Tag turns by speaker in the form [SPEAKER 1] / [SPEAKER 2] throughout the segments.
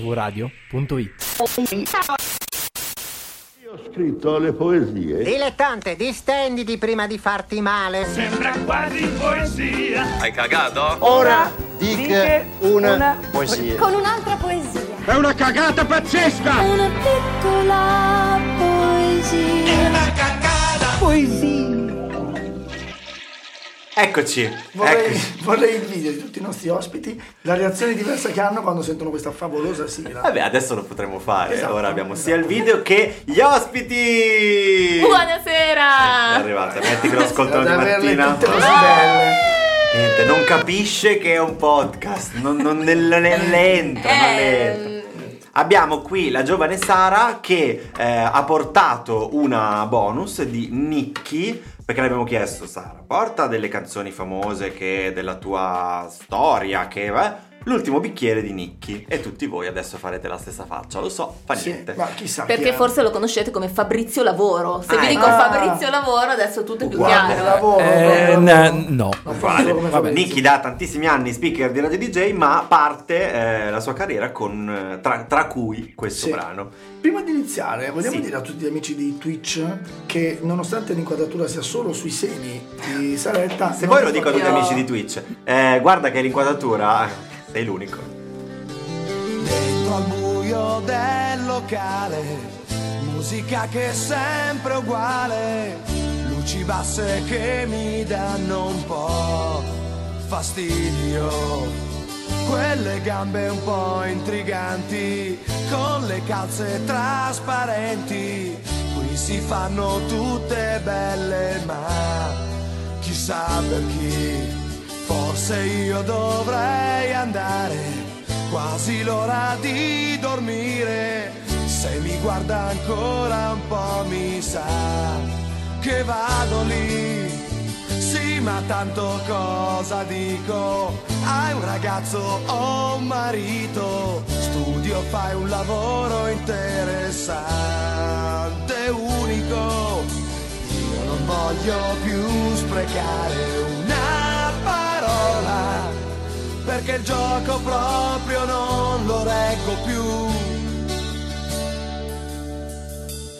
[SPEAKER 1] mvradio.it
[SPEAKER 2] Io ho scritto le poesie.
[SPEAKER 3] Dilettante, distenditi prima di farti male.
[SPEAKER 4] Sembra quasi poesia.
[SPEAKER 5] Hai cagato?
[SPEAKER 6] Ora dica una, poesia.
[SPEAKER 7] Con un'altra poesia.
[SPEAKER 4] È una cagata pazzesca!
[SPEAKER 7] Una piccola poesia.
[SPEAKER 6] Eccoci.
[SPEAKER 8] Vorrei,
[SPEAKER 6] eccoci.
[SPEAKER 8] vorrei il video di tutti i nostri ospiti, la reazione diversa che hanno quando sentono questa favolosa sigla.
[SPEAKER 6] Vabbè, adesso lo potremo fare.
[SPEAKER 8] Esatto.
[SPEAKER 6] Ora abbiamo sia il video che gli ospiti. È
[SPEAKER 9] Buonasera!
[SPEAKER 6] arrivata, metti che lo ascoltano
[SPEAKER 8] Ad
[SPEAKER 6] di
[SPEAKER 8] averle
[SPEAKER 6] mattina. Ah!
[SPEAKER 8] tutte così belle.
[SPEAKER 6] Niente, non capisce che è un podcast. Non, non, ne- non è lento. non è lento. Abbiamo qui la giovane Sara che eh, ha portato una bonus di Nicky perché le abbiamo chiesto Sara, porta delle canzoni famose che della tua storia che eh, l'ultimo bicchiere di Nicky e tutti voi adesso farete la stessa faccia, lo so, fa
[SPEAKER 8] Sì,
[SPEAKER 6] niente.
[SPEAKER 8] ma chissà. chi
[SPEAKER 9] Perché
[SPEAKER 8] è.
[SPEAKER 9] forse lo conoscete come Fabrizio Lavoro. Se
[SPEAKER 6] Ah,
[SPEAKER 9] vi dico
[SPEAKER 1] ecco.
[SPEAKER 8] ah.
[SPEAKER 9] Fabrizio Lavoro, adesso tutto è più
[SPEAKER 8] Uguale,
[SPEAKER 9] chiaro.
[SPEAKER 8] lavoro,
[SPEAKER 1] Eh,
[SPEAKER 8] lavoro.
[SPEAKER 1] n- no.
[SPEAKER 8] Non fa
[SPEAKER 6] Uguale,
[SPEAKER 8] solo come
[SPEAKER 6] vabbè.
[SPEAKER 8] Fabrizio.
[SPEAKER 6] Nicky da tantissimi anni speaker di Radio DJ, ma parte eh, la sua carriera con eh, tra, tra cui questo
[SPEAKER 8] Sì.
[SPEAKER 6] brano.
[SPEAKER 8] Prima di iniziare, vogliamo
[SPEAKER 6] Sì.
[SPEAKER 8] dire a tutti gli amici di Twitch che nonostante l'inquadratura sia solo sui seni di Saretta,
[SPEAKER 6] Se
[SPEAKER 8] non
[SPEAKER 6] poi lo dico a tutti gli
[SPEAKER 9] Io-
[SPEAKER 6] amici di Twitch, eh, guarda che l'inquadratura sei l'unico.
[SPEAKER 10] Dentro al buio del locale, musica che è sempre uguale, luci basse che mi danno un po' fastidio. Quelle gambe un po' intriganti, con le calze trasparenti, qui si fanno tutte belle, ma chissà per chi. Forse io dovrei andare, quasi l'ora di dormire. Se mi guarda ancora un po' mi sa che vado lì. Sì, ma tanto cosa dico? Hai un ragazzo o un marito? Studio, fai un lavoro interessante, unico. Io non voglio più sprecare una parola, perché il gioco proprio non lo reggo più.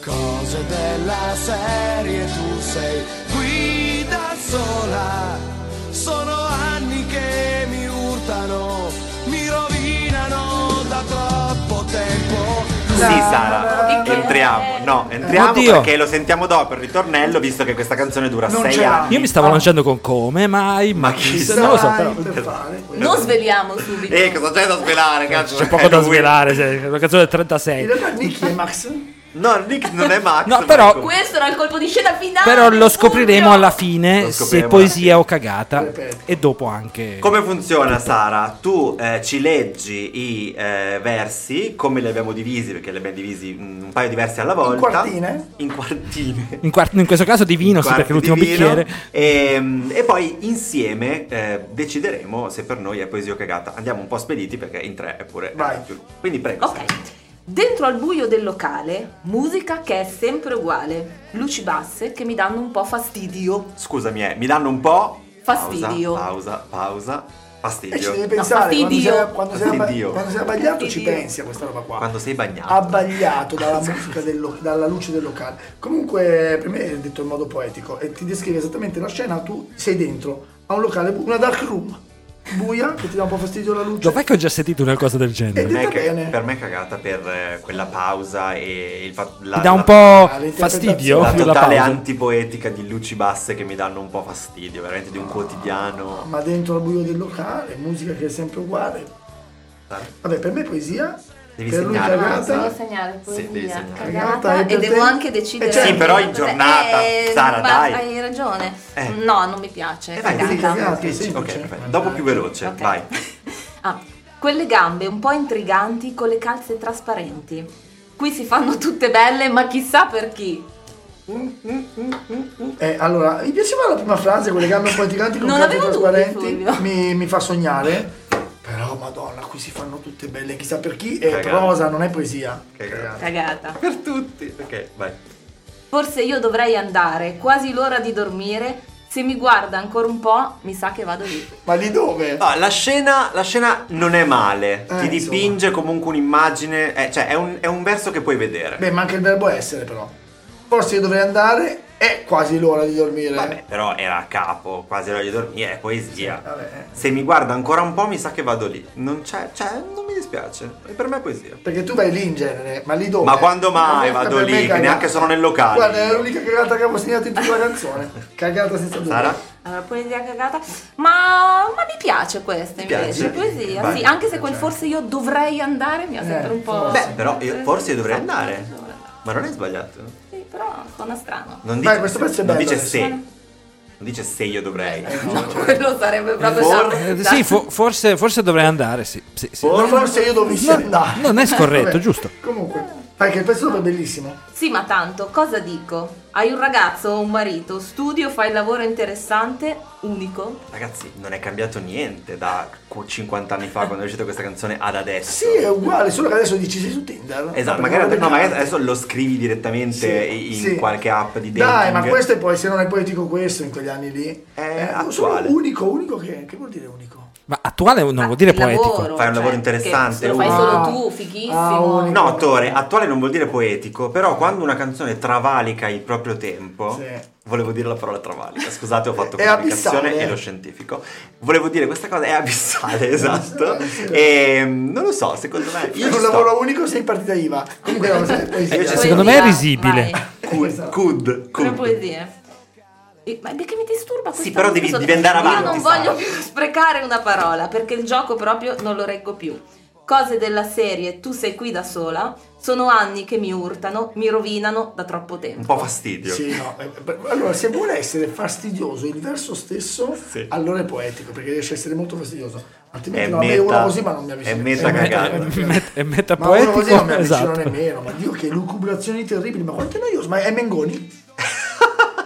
[SPEAKER 10] Cose della serie, tu sei qui da sola, sono anni che mi urtano, mi rovinano da troppo tempo.
[SPEAKER 6] Sì, Sara,
[SPEAKER 9] Che
[SPEAKER 6] entriamo. No, entriamo
[SPEAKER 1] Oddio.
[SPEAKER 6] perché lo sentiamo dopo il ritornello, visto che questa canzone dura
[SPEAKER 8] Non
[SPEAKER 6] sei
[SPEAKER 8] ce l'ha.
[SPEAKER 6] anni.
[SPEAKER 1] Io mi stavo
[SPEAKER 8] Ah.
[SPEAKER 1] lanciando con come mai, ma
[SPEAKER 6] Ma chi
[SPEAKER 1] chi
[SPEAKER 6] sa?
[SPEAKER 1] Non lo so,
[SPEAKER 8] Dai,
[SPEAKER 1] però
[SPEAKER 8] per fare questo.
[SPEAKER 9] Non sveliamo subito.
[SPEAKER 1] Ecco.
[SPEAKER 6] Eh, cosa c'è da svelare, cazzo?
[SPEAKER 1] c'è poco
[SPEAKER 6] Eh,
[SPEAKER 1] da
[SPEAKER 6] lui-
[SPEAKER 1] svelare, se- è una canzone del
[SPEAKER 8] In
[SPEAKER 1] 36.
[SPEAKER 8] realtà Nicky e Max
[SPEAKER 6] No, Nick non è Max.
[SPEAKER 1] No,
[SPEAKER 6] ma
[SPEAKER 1] però-
[SPEAKER 6] ecco.
[SPEAKER 9] Questo era il colpo di scena finale.
[SPEAKER 1] Però lo
[SPEAKER 9] Fulvio.
[SPEAKER 1] scopriremo alla fine
[SPEAKER 6] Lo
[SPEAKER 1] se
[SPEAKER 6] scopriremo
[SPEAKER 1] poesia o cagata
[SPEAKER 8] Ripeto.
[SPEAKER 1] e dopo anche
[SPEAKER 6] Come funziona Sara? Tu eh, ci leggi i eh, versi, come li abbiamo divisi, perché li abbiamo divisi mm, un paio di versi alla volta.
[SPEAKER 8] quartine?
[SPEAKER 6] In quartine.
[SPEAKER 1] in, quart- in questo caso di vino, sì,
[SPEAKER 6] quarti
[SPEAKER 1] perché l'ultimo
[SPEAKER 6] di vino,
[SPEAKER 1] bicchiere
[SPEAKER 6] E, e poi insieme eh, decideremo se per noi è poesia o cagata. Andiamo un po' spediti perché in tre è pure
[SPEAKER 8] Vai.
[SPEAKER 6] eh, più lungo. Quindi prego.
[SPEAKER 9] Ok. Dentro al buio del locale, musica che è sempre uguale. Luci basse che mi danno un po' fastidio.
[SPEAKER 6] Scusami, eh, mi danno un po'.
[SPEAKER 9] Fastidio.
[SPEAKER 6] Pausa, pausa, pausa.
[SPEAKER 8] e eh, ci
[SPEAKER 6] Fastidio.
[SPEAKER 8] devi pensare quando
[SPEAKER 9] fastidio.
[SPEAKER 8] sei, quando, sei abba-
[SPEAKER 6] Fastidio.
[SPEAKER 8] quando sei abbagliato ci
[SPEAKER 9] Fastidio.
[SPEAKER 8] pensi a questa roba qua.
[SPEAKER 6] Quando sei bagnato.
[SPEAKER 8] Ah, abbagliato dalla musica del lo- dalla luce del locale. Comunque, per me è detto in modo poetico e ti descrive esattamente la scena. Tu sei dentro a un locale, bu- una dark room buia che ti dà un po' fastidio la luce.
[SPEAKER 1] Dov'è che ho già sentito una cosa del
[SPEAKER 8] Eh,
[SPEAKER 1] genere?
[SPEAKER 6] per, me è
[SPEAKER 8] detta
[SPEAKER 6] ca-
[SPEAKER 8] bene.
[SPEAKER 6] per me è cagata per eh, quella pausa e il fatto.
[SPEAKER 1] Mi dà un po' fastidio
[SPEAKER 6] Esatto. La
[SPEAKER 1] più la
[SPEAKER 6] totale
[SPEAKER 1] pausa.
[SPEAKER 6] antipoetica di luci basse che mi danno un po' fastidio, veramente di un quotidiano.
[SPEAKER 8] Ma dentro al buio del locale, musica che è sempre uguale. Vabbè, per me è poesia.
[SPEAKER 6] Devi
[SPEAKER 8] per lui
[SPEAKER 6] segnare,
[SPEAKER 8] cagata.
[SPEAKER 6] devi
[SPEAKER 9] segnare
[SPEAKER 6] Sì, devi segnare.
[SPEAKER 8] Cagata,
[SPEAKER 9] Cagata
[SPEAKER 8] e
[SPEAKER 9] e
[SPEAKER 8] per
[SPEAKER 9] devo
[SPEAKER 8] te?
[SPEAKER 9] anche decidere.
[SPEAKER 8] Eh, certo. Sì,
[SPEAKER 6] però in
[SPEAKER 9] cos'è.
[SPEAKER 6] giornata, Sara,
[SPEAKER 9] ma
[SPEAKER 6] dai.
[SPEAKER 9] Hai ragione.
[SPEAKER 6] Eh.
[SPEAKER 9] No, non mi
[SPEAKER 8] Eh,
[SPEAKER 9] piace.
[SPEAKER 6] E vai, devi
[SPEAKER 9] cagata.
[SPEAKER 8] cagare.
[SPEAKER 6] Ok,
[SPEAKER 8] semplice.
[SPEAKER 6] perfetto. Dopo più veloce,
[SPEAKER 9] Ok.
[SPEAKER 6] vai.
[SPEAKER 9] Ah, quelle gambe un po' intriganti con le calze trasparenti. Qui si fanno tutte belle, ma chissà per chi.
[SPEAKER 8] Eh, allora, mi piaceva la prima frase, quelle gambe un po' intriganti con
[SPEAKER 9] Non
[SPEAKER 8] carte
[SPEAKER 9] avevo dubbi,
[SPEAKER 8] trasparenti.
[SPEAKER 9] Fulvio.
[SPEAKER 8] Mi, mi fa sognare. Però, madonna, qui si fanno tutte belle, chissà per chi. È
[SPEAKER 6] Cagata.
[SPEAKER 8] prosa, non è poesia.
[SPEAKER 6] Cagata.
[SPEAKER 8] Cagata.
[SPEAKER 9] Cagata.
[SPEAKER 6] Per tutti. Ok, vai.
[SPEAKER 9] Forse io dovrei andare, quasi l'ora di dormire. Se mi guarda ancora un po', mi sa che vado lì.
[SPEAKER 8] Ma lì dove?
[SPEAKER 9] Ah,
[SPEAKER 6] No, Ah, la, scena, la scena non è male,
[SPEAKER 8] Eh,
[SPEAKER 6] ti dipinge comunque un'immagine, eh, cioè è un, è un verso che puoi vedere.
[SPEAKER 8] Beh, manca il verbo essere però. Forse io dovrei andare, è quasi l'ora di dormire.
[SPEAKER 6] Vabbè, però era a capo, quasi ora di dormire, è poesia.
[SPEAKER 8] eh. vabbè. eh.
[SPEAKER 6] Se mi guarda ancora un po', mi sa che vado lì. Non c'è, cioè, non mi dispiace. E per me è poesia.
[SPEAKER 8] Perché tu vai lì in genere, ma lì dove?
[SPEAKER 6] Ma quando mai
[SPEAKER 8] Per me-
[SPEAKER 6] vado
[SPEAKER 8] per me
[SPEAKER 6] lì?
[SPEAKER 8] è
[SPEAKER 6] Che
[SPEAKER 8] cagata.
[SPEAKER 6] neanche sono nel locale.
[SPEAKER 8] Guarda, è l'unica cagata che avevo segnato in tutta la canzone. Cagata senza dubbio.
[SPEAKER 6] Sara?
[SPEAKER 9] Allora, poesia cagata. Ma, ma mi piace questa
[SPEAKER 6] piace?
[SPEAKER 9] invece. Poesia,
[SPEAKER 6] Vai.
[SPEAKER 9] sì, anche se quel forse io dovrei andare mi ha sempre
[SPEAKER 8] Eh,
[SPEAKER 9] un po'.
[SPEAKER 6] Beh, però io forse dovrei
[SPEAKER 9] Esatto,
[SPEAKER 6] andare.
[SPEAKER 9] dovrei andare.
[SPEAKER 6] Ma non è sbagliato.
[SPEAKER 9] Sì, però suona strano.
[SPEAKER 6] Non dice,
[SPEAKER 8] Dai, questo pezzo è
[SPEAKER 6] non
[SPEAKER 8] bello
[SPEAKER 6] dice
[SPEAKER 8] adesso. Eh,
[SPEAKER 6] se. Non dice se io dovrei.
[SPEAKER 9] No, quello sarebbe proprio
[SPEAKER 6] For-
[SPEAKER 1] Eh,
[SPEAKER 9] sciocco.
[SPEAKER 1] sì, fo- forse, forse dovrei andare, sì. sì, sì.
[SPEAKER 8] No, forse io dovessi
[SPEAKER 1] No,
[SPEAKER 8] andare.
[SPEAKER 1] non è scorretto,
[SPEAKER 8] Vabbè.
[SPEAKER 1] giusto.
[SPEAKER 8] Comunque, perché il pezzo è bellissimo.
[SPEAKER 9] Sì, ma tanto, cosa dico? Hai un ragazzo o un marito, studio, fai il lavoro interessante, unico.
[SPEAKER 6] Ragazzi, non è cambiato niente da qu- 50 anni fa quando è uscita questa canzone ad adesso.
[SPEAKER 8] Sì, è uguale, solo che adesso dici sei su Tinder.
[SPEAKER 6] Esatto,
[SPEAKER 8] Ma
[SPEAKER 6] magari,
[SPEAKER 8] perché
[SPEAKER 6] no,
[SPEAKER 8] non
[SPEAKER 6] magari
[SPEAKER 8] è
[SPEAKER 6] adesso lo scrivi direttamente in
[SPEAKER 8] Sì.
[SPEAKER 6] qualche app di dating.
[SPEAKER 8] Dai, ma questo è poi, se non è poetico questo in quegli anni lì.
[SPEAKER 6] È
[SPEAKER 8] un- solo
[SPEAKER 6] attuale.
[SPEAKER 8] unico, unico che, che vuol dire unico?
[SPEAKER 1] Ma attuale non vuol dire
[SPEAKER 9] Ah, Il lavoro,
[SPEAKER 1] poetico.
[SPEAKER 6] Fai un lavoro
[SPEAKER 9] cioè,
[SPEAKER 6] interessante,
[SPEAKER 9] che Lo fai
[SPEAKER 6] unico.
[SPEAKER 9] solo
[SPEAKER 8] Ah.
[SPEAKER 9] tu, fighissimo.
[SPEAKER 8] Ah, unico.
[SPEAKER 6] No, attore, attuale non vuol dire poetico, però quando una canzone travalica il proprio tempo,
[SPEAKER 8] Sì.
[SPEAKER 6] volevo dire la parola travalica, scusate ho fatto
[SPEAKER 8] È
[SPEAKER 6] comunicazione
[SPEAKER 8] abissale.
[SPEAKER 6] e lo scientifico, volevo dire questa cosa, è abissale, esatto, e mm, non lo so, secondo me...
[SPEAKER 8] Io
[SPEAKER 6] ci esatto.
[SPEAKER 8] un
[SPEAKER 6] sto.
[SPEAKER 8] lavoro unico sei partita IVA. Comunque no, esatto. sai, poesia.
[SPEAKER 1] Eh, cioè,
[SPEAKER 9] Poesia,
[SPEAKER 1] secondo me è risibile.
[SPEAKER 9] vai.
[SPEAKER 6] Could, could,
[SPEAKER 9] Pure
[SPEAKER 6] could.
[SPEAKER 9] poesie. E- Ma perché mi disturba questa
[SPEAKER 6] Sì, però
[SPEAKER 9] cosa?
[SPEAKER 6] devi-
[SPEAKER 9] Scusa,
[SPEAKER 6] devi andare avanti,
[SPEAKER 9] Io non
[SPEAKER 6] Sara.
[SPEAKER 9] voglio più sprecare una parola perché il gioco proprio non lo reggo più. Cose della serie, tu sei qui da sola, sono anni che mi urtano, mi rovinano da troppo
[SPEAKER 6] Un
[SPEAKER 9] tempo.
[SPEAKER 6] po' fastidio.
[SPEAKER 8] Sì, no, eh, per- allora se vuole essere fastidioso il verso stesso,
[SPEAKER 6] Sì.
[SPEAKER 8] allora è poetico, perché riesce a essere molto fastidioso. Altrimenti
[SPEAKER 6] È
[SPEAKER 8] no, a me
[SPEAKER 6] meta-
[SPEAKER 8] uno così ma non mi
[SPEAKER 6] è
[SPEAKER 8] avvicino.
[SPEAKER 6] meta cagata.
[SPEAKER 1] È met- è
[SPEAKER 8] Ma uno così non mi
[SPEAKER 1] metapoetico.
[SPEAKER 8] avvicino
[SPEAKER 1] Esatto.
[SPEAKER 8] nemmeno, ma Dio che lucubrazioni terribili, ma quanto è noioso, ma è Mengoni?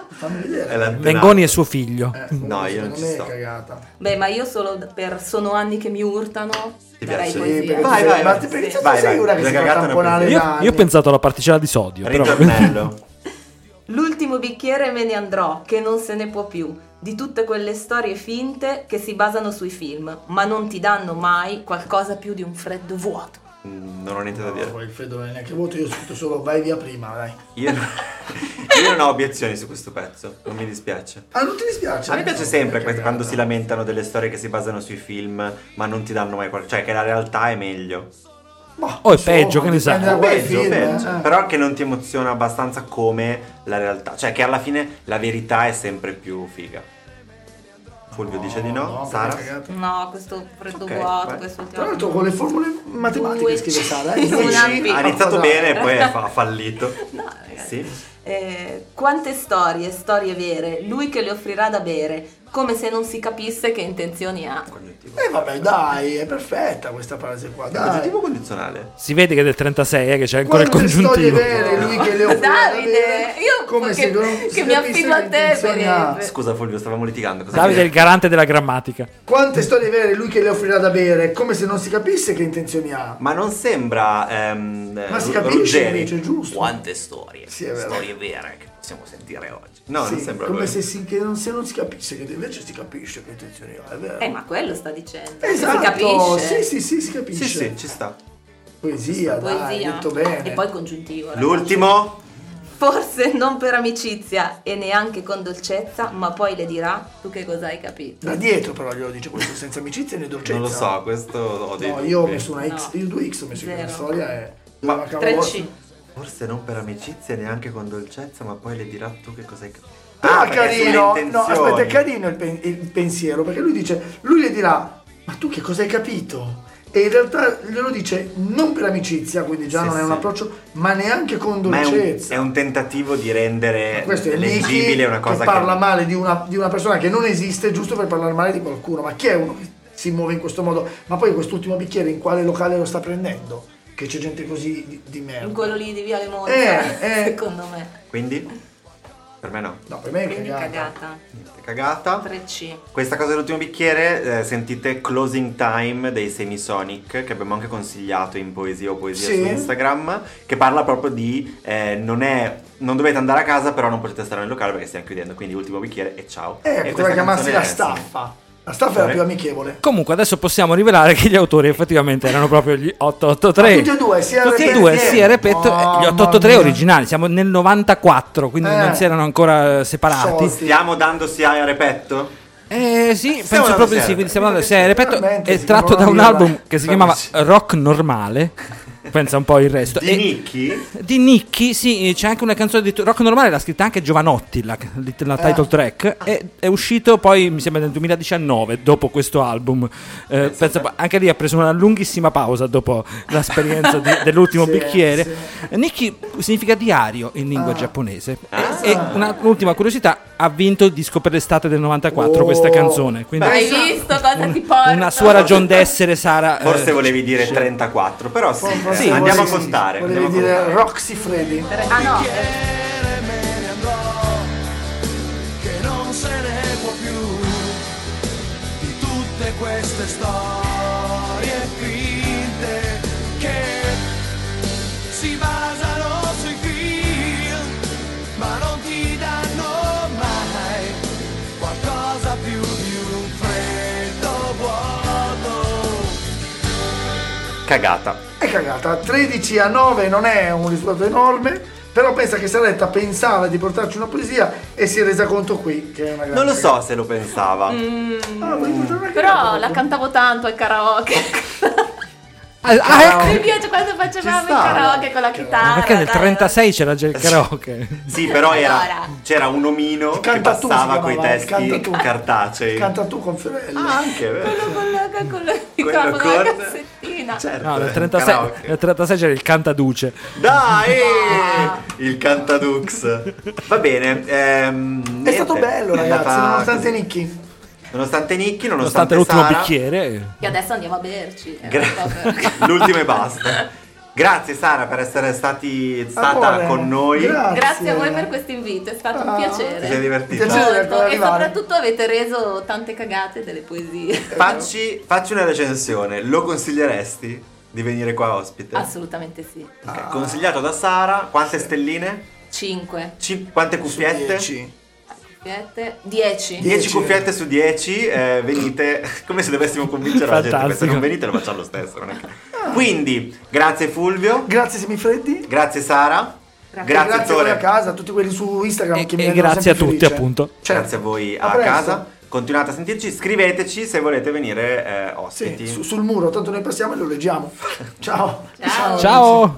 [SPEAKER 8] Fammi vedere.
[SPEAKER 6] È l'antenato.
[SPEAKER 1] Mengoni e suo figlio.
[SPEAKER 8] Eh,
[SPEAKER 6] No, io
[SPEAKER 8] secondo
[SPEAKER 6] non ci
[SPEAKER 8] me è
[SPEAKER 6] sto.
[SPEAKER 8] cagata.
[SPEAKER 9] Beh, ma io solo per sono anni che mi urtano,
[SPEAKER 6] Ti piace?
[SPEAKER 9] darei
[SPEAKER 8] Sì,
[SPEAKER 9] poesia.
[SPEAKER 8] perché
[SPEAKER 6] Vai,
[SPEAKER 8] tu
[SPEAKER 6] vai,
[SPEAKER 8] sei, ma
[SPEAKER 6] vai.
[SPEAKER 8] te- perché
[SPEAKER 6] Sì.
[SPEAKER 8] tu
[SPEAKER 6] Vai, vai.
[SPEAKER 8] sei una che
[SPEAKER 6] Una
[SPEAKER 8] si fa
[SPEAKER 6] cagata non
[SPEAKER 8] tamponare
[SPEAKER 6] puoi
[SPEAKER 1] Io,
[SPEAKER 8] da anni.
[SPEAKER 1] io ho pensato alla particella di sodio. Però...
[SPEAKER 6] Ritornello.
[SPEAKER 9] L'ultimo bicchiere me ne andrò, che non se ne può più, di tutte quelle storie finte che si basano sui film, ma non ti danno mai qualcosa più di un freddo vuoto.
[SPEAKER 6] Mm, Non ho niente da
[SPEAKER 8] No,
[SPEAKER 6] dire.
[SPEAKER 8] poi il freddo non è neanche voto, io ho scritto solo vai via prima, dai.
[SPEAKER 6] Io, io non ho obiezioni su questo pezzo, non mi dispiace.
[SPEAKER 8] Ah, non ti dispiace?
[SPEAKER 6] A me piace sempre
[SPEAKER 8] Perché
[SPEAKER 6] que- quando
[SPEAKER 8] cagata.
[SPEAKER 6] si lamentano delle storie che si basano sui film, ma non ti danno mai qualcosa. Cioè, che la realtà è meglio.
[SPEAKER 8] Ma,
[SPEAKER 1] O Oh, è
[SPEAKER 8] insomma,
[SPEAKER 1] peggio, che ne sa?
[SPEAKER 8] dipende da quale
[SPEAKER 6] Peggio,
[SPEAKER 8] film,
[SPEAKER 6] peggio.
[SPEAKER 8] eh.
[SPEAKER 6] Però che non ti emoziona abbastanza come la realtà. Cioè, che alla fine la verità è sempre più figa. Fulvio dice di no.
[SPEAKER 8] perché
[SPEAKER 6] Sara?
[SPEAKER 8] cagata.
[SPEAKER 9] No, questo freddo
[SPEAKER 6] Ok,
[SPEAKER 9] vuoto,
[SPEAKER 6] vai.
[SPEAKER 9] questo
[SPEAKER 8] Tra
[SPEAKER 9] ultimo.
[SPEAKER 8] l'altro con le formule matematiche
[SPEAKER 9] Due,
[SPEAKER 8] scrive Sara.
[SPEAKER 9] sì,
[SPEAKER 8] eh.
[SPEAKER 9] una
[SPEAKER 8] Dici,
[SPEAKER 9] P.
[SPEAKER 6] Ha iniziato
[SPEAKER 8] ah,
[SPEAKER 6] bene e poi ha fa- ha fallito.
[SPEAKER 9] No, ragazzi.
[SPEAKER 6] Sì.
[SPEAKER 9] Eh, quante storie, storie vere, lui che le offrirà da bere, come se non si capisse che intenzioni ha.
[SPEAKER 6] Congiuntivo.
[SPEAKER 8] Eh vabbè, dai, è perfetta questa frase qua. Dai.
[SPEAKER 6] Congiuntivo o condizionale?
[SPEAKER 1] Si vede che è del 36 eh, che c'è ancora
[SPEAKER 8] Quante
[SPEAKER 1] il congiuntivo.
[SPEAKER 8] storie vere lui che le offre
[SPEAKER 9] Davide, io
[SPEAKER 8] come
[SPEAKER 9] che-
[SPEAKER 8] se non si
[SPEAKER 9] che mi
[SPEAKER 8] capisse
[SPEAKER 9] affido a
[SPEAKER 8] che
[SPEAKER 9] te,
[SPEAKER 8] intenzioni ha.
[SPEAKER 9] Fede.
[SPEAKER 6] Scusa Fulvio, stavamo litigando. Cosa
[SPEAKER 1] Davide è
[SPEAKER 6] dire?
[SPEAKER 1] il garante della grammatica.
[SPEAKER 8] Quante storie vere lui che le offrirà da bere, come se non si capisse che intenzioni ha.
[SPEAKER 6] Ma non sembra. ehm,
[SPEAKER 8] Ma si
[SPEAKER 6] Ru-
[SPEAKER 8] capisce
[SPEAKER 6] Ruggeri.
[SPEAKER 8] invece, giusto.
[SPEAKER 6] Quante storie.
[SPEAKER 8] Sì, è vero.
[SPEAKER 6] Storie vere che possiamo sentire oggi. No,
[SPEAKER 8] Sì,
[SPEAKER 6] non sembra
[SPEAKER 8] come
[SPEAKER 6] lui.
[SPEAKER 8] se, si, che non, se non si capisse, che invece si capisce che intenzioni ha, è vero.
[SPEAKER 9] Eh, ma quello sta dicendo. che
[SPEAKER 8] Esatto,
[SPEAKER 9] Si capisce.
[SPEAKER 8] sì, sì, sì, si
[SPEAKER 6] Sì,
[SPEAKER 8] capisce.
[SPEAKER 6] sì, ci sta.
[SPEAKER 8] Poesia, dai,
[SPEAKER 9] Poesia.
[SPEAKER 8] detto bene.
[SPEAKER 9] E poi congiuntivo. ragazzi.
[SPEAKER 6] L'ultimo.
[SPEAKER 9] Forse non per amicizia e neanche con dolcezza, ma poi le dirà tu che cosa hai capito.
[SPEAKER 8] Da dietro però glielo dice questo, senza amicizia né dolcezza.
[SPEAKER 6] Non lo so, questo ho
[SPEAKER 8] Cioè,
[SPEAKER 6] dei
[SPEAKER 8] No,
[SPEAKER 6] dubbi.
[SPEAKER 8] io ho messo una X,
[SPEAKER 9] No.
[SPEAKER 8] io due X ho messo in una
[SPEAKER 9] Zero.
[SPEAKER 8] storia e...
[SPEAKER 6] Ma-
[SPEAKER 8] la cavolo-
[SPEAKER 9] 3C.
[SPEAKER 6] Forse non per amicizia, neanche con dolcezza, ma poi le dirà tu che cosa hai capito.
[SPEAKER 8] Ah,
[SPEAKER 6] perché sono
[SPEAKER 8] carino!
[SPEAKER 6] le
[SPEAKER 8] No,
[SPEAKER 6] intenzioni.
[SPEAKER 8] aspetta, è carino il, pen- il pensiero, perché lui dice, lui le dirà, ma tu che cosa hai capito? E in realtà glielo dice non per amicizia, quindi già
[SPEAKER 6] Sì,
[SPEAKER 8] non è un
[SPEAKER 6] sì.
[SPEAKER 8] approccio, ma neanche con
[SPEAKER 6] Ma è un,
[SPEAKER 8] dolcezza.
[SPEAKER 6] è un tentativo di rendere
[SPEAKER 8] Questo è Nicky
[SPEAKER 6] Eh, leggibile una cosa
[SPEAKER 8] che
[SPEAKER 6] che.
[SPEAKER 8] parla male di una, di una persona che non esiste giusto per parlare male di qualcuno. Ma chi è uno che si muove in questo modo? Ma poi quest'ultimo bicchiere in quale locale lo sta prendendo? Che c'è gente così di, di merda.
[SPEAKER 9] In quello lì di Via Le Monza,
[SPEAKER 8] Eh, eh.
[SPEAKER 9] secondo me.
[SPEAKER 6] Quindi? Per me no.
[SPEAKER 8] No, per me è
[SPEAKER 9] Quindi
[SPEAKER 8] cagata.
[SPEAKER 9] cagata.
[SPEAKER 6] Cagata.
[SPEAKER 9] 3C.
[SPEAKER 6] Questa cosa dell'ultimo bicchiere, eh, sentite Closing Time dei Semisonic, che abbiamo anche consigliato in poesia o poesia
[SPEAKER 8] Sì.
[SPEAKER 6] su Instagram, che parla proprio di eh, non è. Non dovete andare a casa, però non potete stare nel locale perché stiamo chiudendo. Quindi ultimo bicchiere e ciao.
[SPEAKER 8] Eh,
[SPEAKER 6] E
[SPEAKER 8] poteva
[SPEAKER 6] questa
[SPEAKER 8] chiamarsi
[SPEAKER 6] canzone
[SPEAKER 8] la
[SPEAKER 6] è-
[SPEAKER 8] staffa. La staffa era
[SPEAKER 6] Vabbè.
[SPEAKER 8] più amichevole.
[SPEAKER 1] Comunque adesso possiamo rivelare che gli autori effettivamente erano proprio gli 883.
[SPEAKER 8] Ma tutti e due, sia
[SPEAKER 1] Tutti e
[SPEAKER 8] Repetto
[SPEAKER 1] due,
[SPEAKER 8] che-
[SPEAKER 1] sia Repetto, eh,
[SPEAKER 8] Mamma
[SPEAKER 1] gli 883
[SPEAKER 8] mia.
[SPEAKER 1] originali, siamo nel 94, quindi
[SPEAKER 8] Eh.
[SPEAKER 1] non si erano ancora eh,
[SPEAKER 6] Ah,
[SPEAKER 1] separati.
[SPEAKER 8] Solti.
[SPEAKER 6] Stiamo dandosi a repetto?
[SPEAKER 1] Eh sì,
[SPEAKER 6] Stiamo
[SPEAKER 1] penso
[SPEAKER 6] andando
[SPEAKER 1] proprio di
[SPEAKER 6] serio.
[SPEAKER 1] sì, quindi stiamo andando-
[SPEAKER 8] Sì,
[SPEAKER 1] se Repetto
[SPEAKER 8] veramente,
[SPEAKER 1] è
[SPEAKER 8] si
[SPEAKER 1] tratto da un
[SPEAKER 8] chiamava Viola.
[SPEAKER 1] album che si chiamava Rock Normale, pensa un po' il resto.
[SPEAKER 6] Di
[SPEAKER 1] e-
[SPEAKER 6] Nicky?
[SPEAKER 1] di Nicchi, sì, c'è anche una canzone di Rock Normale, l'ha scritta anche Giovanotti, la, la title track, e è uscito poi, mi sembra, nel 2019, dopo questo album. Eh, pensa po- anche lì ha preso una lunghissima pausa dopo l'esperienza di- dell'ultimo
[SPEAKER 8] Sì,
[SPEAKER 1] bicchiere. Nicchi significa diario in lingua giapponese. E, e una- un'ultima curiosità, ha vinto il disco per l'estate del 94
[SPEAKER 8] Oh.
[SPEAKER 1] questa canzone. Quindi
[SPEAKER 9] Hai visto cosa ti porta?
[SPEAKER 1] una sua ragione d'essere, Sara. eh,
[SPEAKER 6] Forse volevi dire 34, però sì. eh,
[SPEAKER 8] Forse
[SPEAKER 6] andiamo a
[SPEAKER 8] volevi-
[SPEAKER 6] contare.
[SPEAKER 8] Volevi
[SPEAKER 6] andiamo a
[SPEAKER 8] dire
[SPEAKER 6] contare.
[SPEAKER 8] Roxy Freddy.
[SPEAKER 9] Ah no, eh,
[SPEAKER 10] bicchiere me ne andrò, che non se ne può più di tutte queste storie finte che si basano sui film, ma non ti danno mai qualcosa più di un freddo vuoto.
[SPEAKER 6] Cagata.
[SPEAKER 8] È cagata. 13 a 9 non è un risultato enorme, però pensa che Saretta pensava di portarci una poesia e si è resa conto qui che è una grande
[SPEAKER 6] Non lo so se lo pensava.
[SPEAKER 8] cagata. Ah, vuoi portare una
[SPEAKER 9] però
[SPEAKER 8] cagata?
[SPEAKER 9] la cantavo tanto al karaoke.
[SPEAKER 1] Ah, ah, ecco.
[SPEAKER 9] Mi piace quando facevamo
[SPEAKER 6] Ci
[SPEAKER 9] il
[SPEAKER 6] sta.
[SPEAKER 9] karaoke con la
[SPEAKER 6] Cioè,
[SPEAKER 9] chitarra.
[SPEAKER 1] Perché nel
[SPEAKER 9] dai.
[SPEAKER 1] 36 c'era già il karaoke?
[SPEAKER 6] Sì, però era-
[SPEAKER 9] Allora.
[SPEAKER 6] c'era un omino che
[SPEAKER 8] Canta tu,
[SPEAKER 6] passava
[SPEAKER 8] si
[SPEAKER 6] coi
[SPEAKER 8] chiamava,
[SPEAKER 6] testi
[SPEAKER 8] canta tu.
[SPEAKER 6] cartacei.
[SPEAKER 8] Canta tu con Fiorello.
[SPEAKER 6] Ah, anche, vero?
[SPEAKER 9] Quello con la, con la,
[SPEAKER 6] Quello
[SPEAKER 9] con la
[SPEAKER 6] con-
[SPEAKER 9] cassettina.
[SPEAKER 6] Certo.
[SPEAKER 1] No, nel 36,
[SPEAKER 6] Karaoke.
[SPEAKER 1] nel 36 c'era il cantaduce.
[SPEAKER 6] Dai! Il Cantadux. Va bene. ehm,
[SPEAKER 8] È
[SPEAKER 6] niente,
[SPEAKER 8] stato bello,
[SPEAKER 6] è andata
[SPEAKER 8] ragazzi, nonostante
[SPEAKER 6] così.
[SPEAKER 8] Nicky.
[SPEAKER 6] Nonostante Nicky, nonostante,
[SPEAKER 1] Nonostante l'ultimo
[SPEAKER 6] Sara,
[SPEAKER 1] bicchiere.
[SPEAKER 9] E adesso andiamo a berci. eh,
[SPEAKER 6] Gra-
[SPEAKER 9] proprio.
[SPEAKER 6] L'ultimo e basta. Grazie Sara per essere stati, stata
[SPEAKER 8] Amore,
[SPEAKER 6] con noi.
[SPEAKER 8] Grazie.
[SPEAKER 9] Grazie a voi per questo invito, è stato
[SPEAKER 8] Ah.
[SPEAKER 9] un piacere.
[SPEAKER 6] Ti sei divertita?
[SPEAKER 8] Piacere per
[SPEAKER 9] Molto, e
[SPEAKER 8] arrivare.
[SPEAKER 9] soprattutto avete reso tante cagate delle poesie.
[SPEAKER 6] Facci, facci una recensione. Lo consiglieresti di venire qua ospite?
[SPEAKER 9] Assolutamente sì.
[SPEAKER 6] Ok,
[SPEAKER 8] Ah.
[SPEAKER 6] Consigliato da Sara. Quante stelline?
[SPEAKER 9] 5,
[SPEAKER 6] Cin- quante cuffiette?
[SPEAKER 8] 10.
[SPEAKER 9] 7, 10.
[SPEAKER 6] 10
[SPEAKER 8] Dieci.
[SPEAKER 6] cuffiette su 10 eh, venite come se dovessimo convincere la gente perché se
[SPEAKER 1] Fantastico.
[SPEAKER 6] non venite lo facciamo lo stesso non è che-
[SPEAKER 8] Ah.
[SPEAKER 6] quindi grazie Fulvio
[SPEAKER 8] Grazie Semifreddi.
[SPEAKER 6] grazie Sara grazie,
[SPEAKER 8] Grazie a voi a
[SPEAKER 6] Tore
[SPEAKER 8] casa, a tutti quelli su Instagram
[SPEAKER 1] E-
[SPEAKER 8] che mi
[SPEAKER 1] e
[SPEAKER 8] rendono
[SPEAKER 1] grazie
[SPEAKER 8] sempre
[SPEAKER 1] a tutti,
[SPEAKER 8] felice.
[SPEAKER 1] appunto.
[SPEAKER 8] Certo.
[SPEAKER 6] grazie a voi a,
[SPEAKER 8] A presto.
[SPEAKER 6] casa continuate a sentirci scriveteci se volete venire eh,
[SPEAKER 8] Sì,
[SPEAKER 6] ospiti
[SPEAKER 8] su- sul muro, tanto noi passiamo e lo leggiamo. Ciao.
[SPEAKER 9] Ciao.
[SPEAKER 1] Ciao!
[SPEAKER 5] Per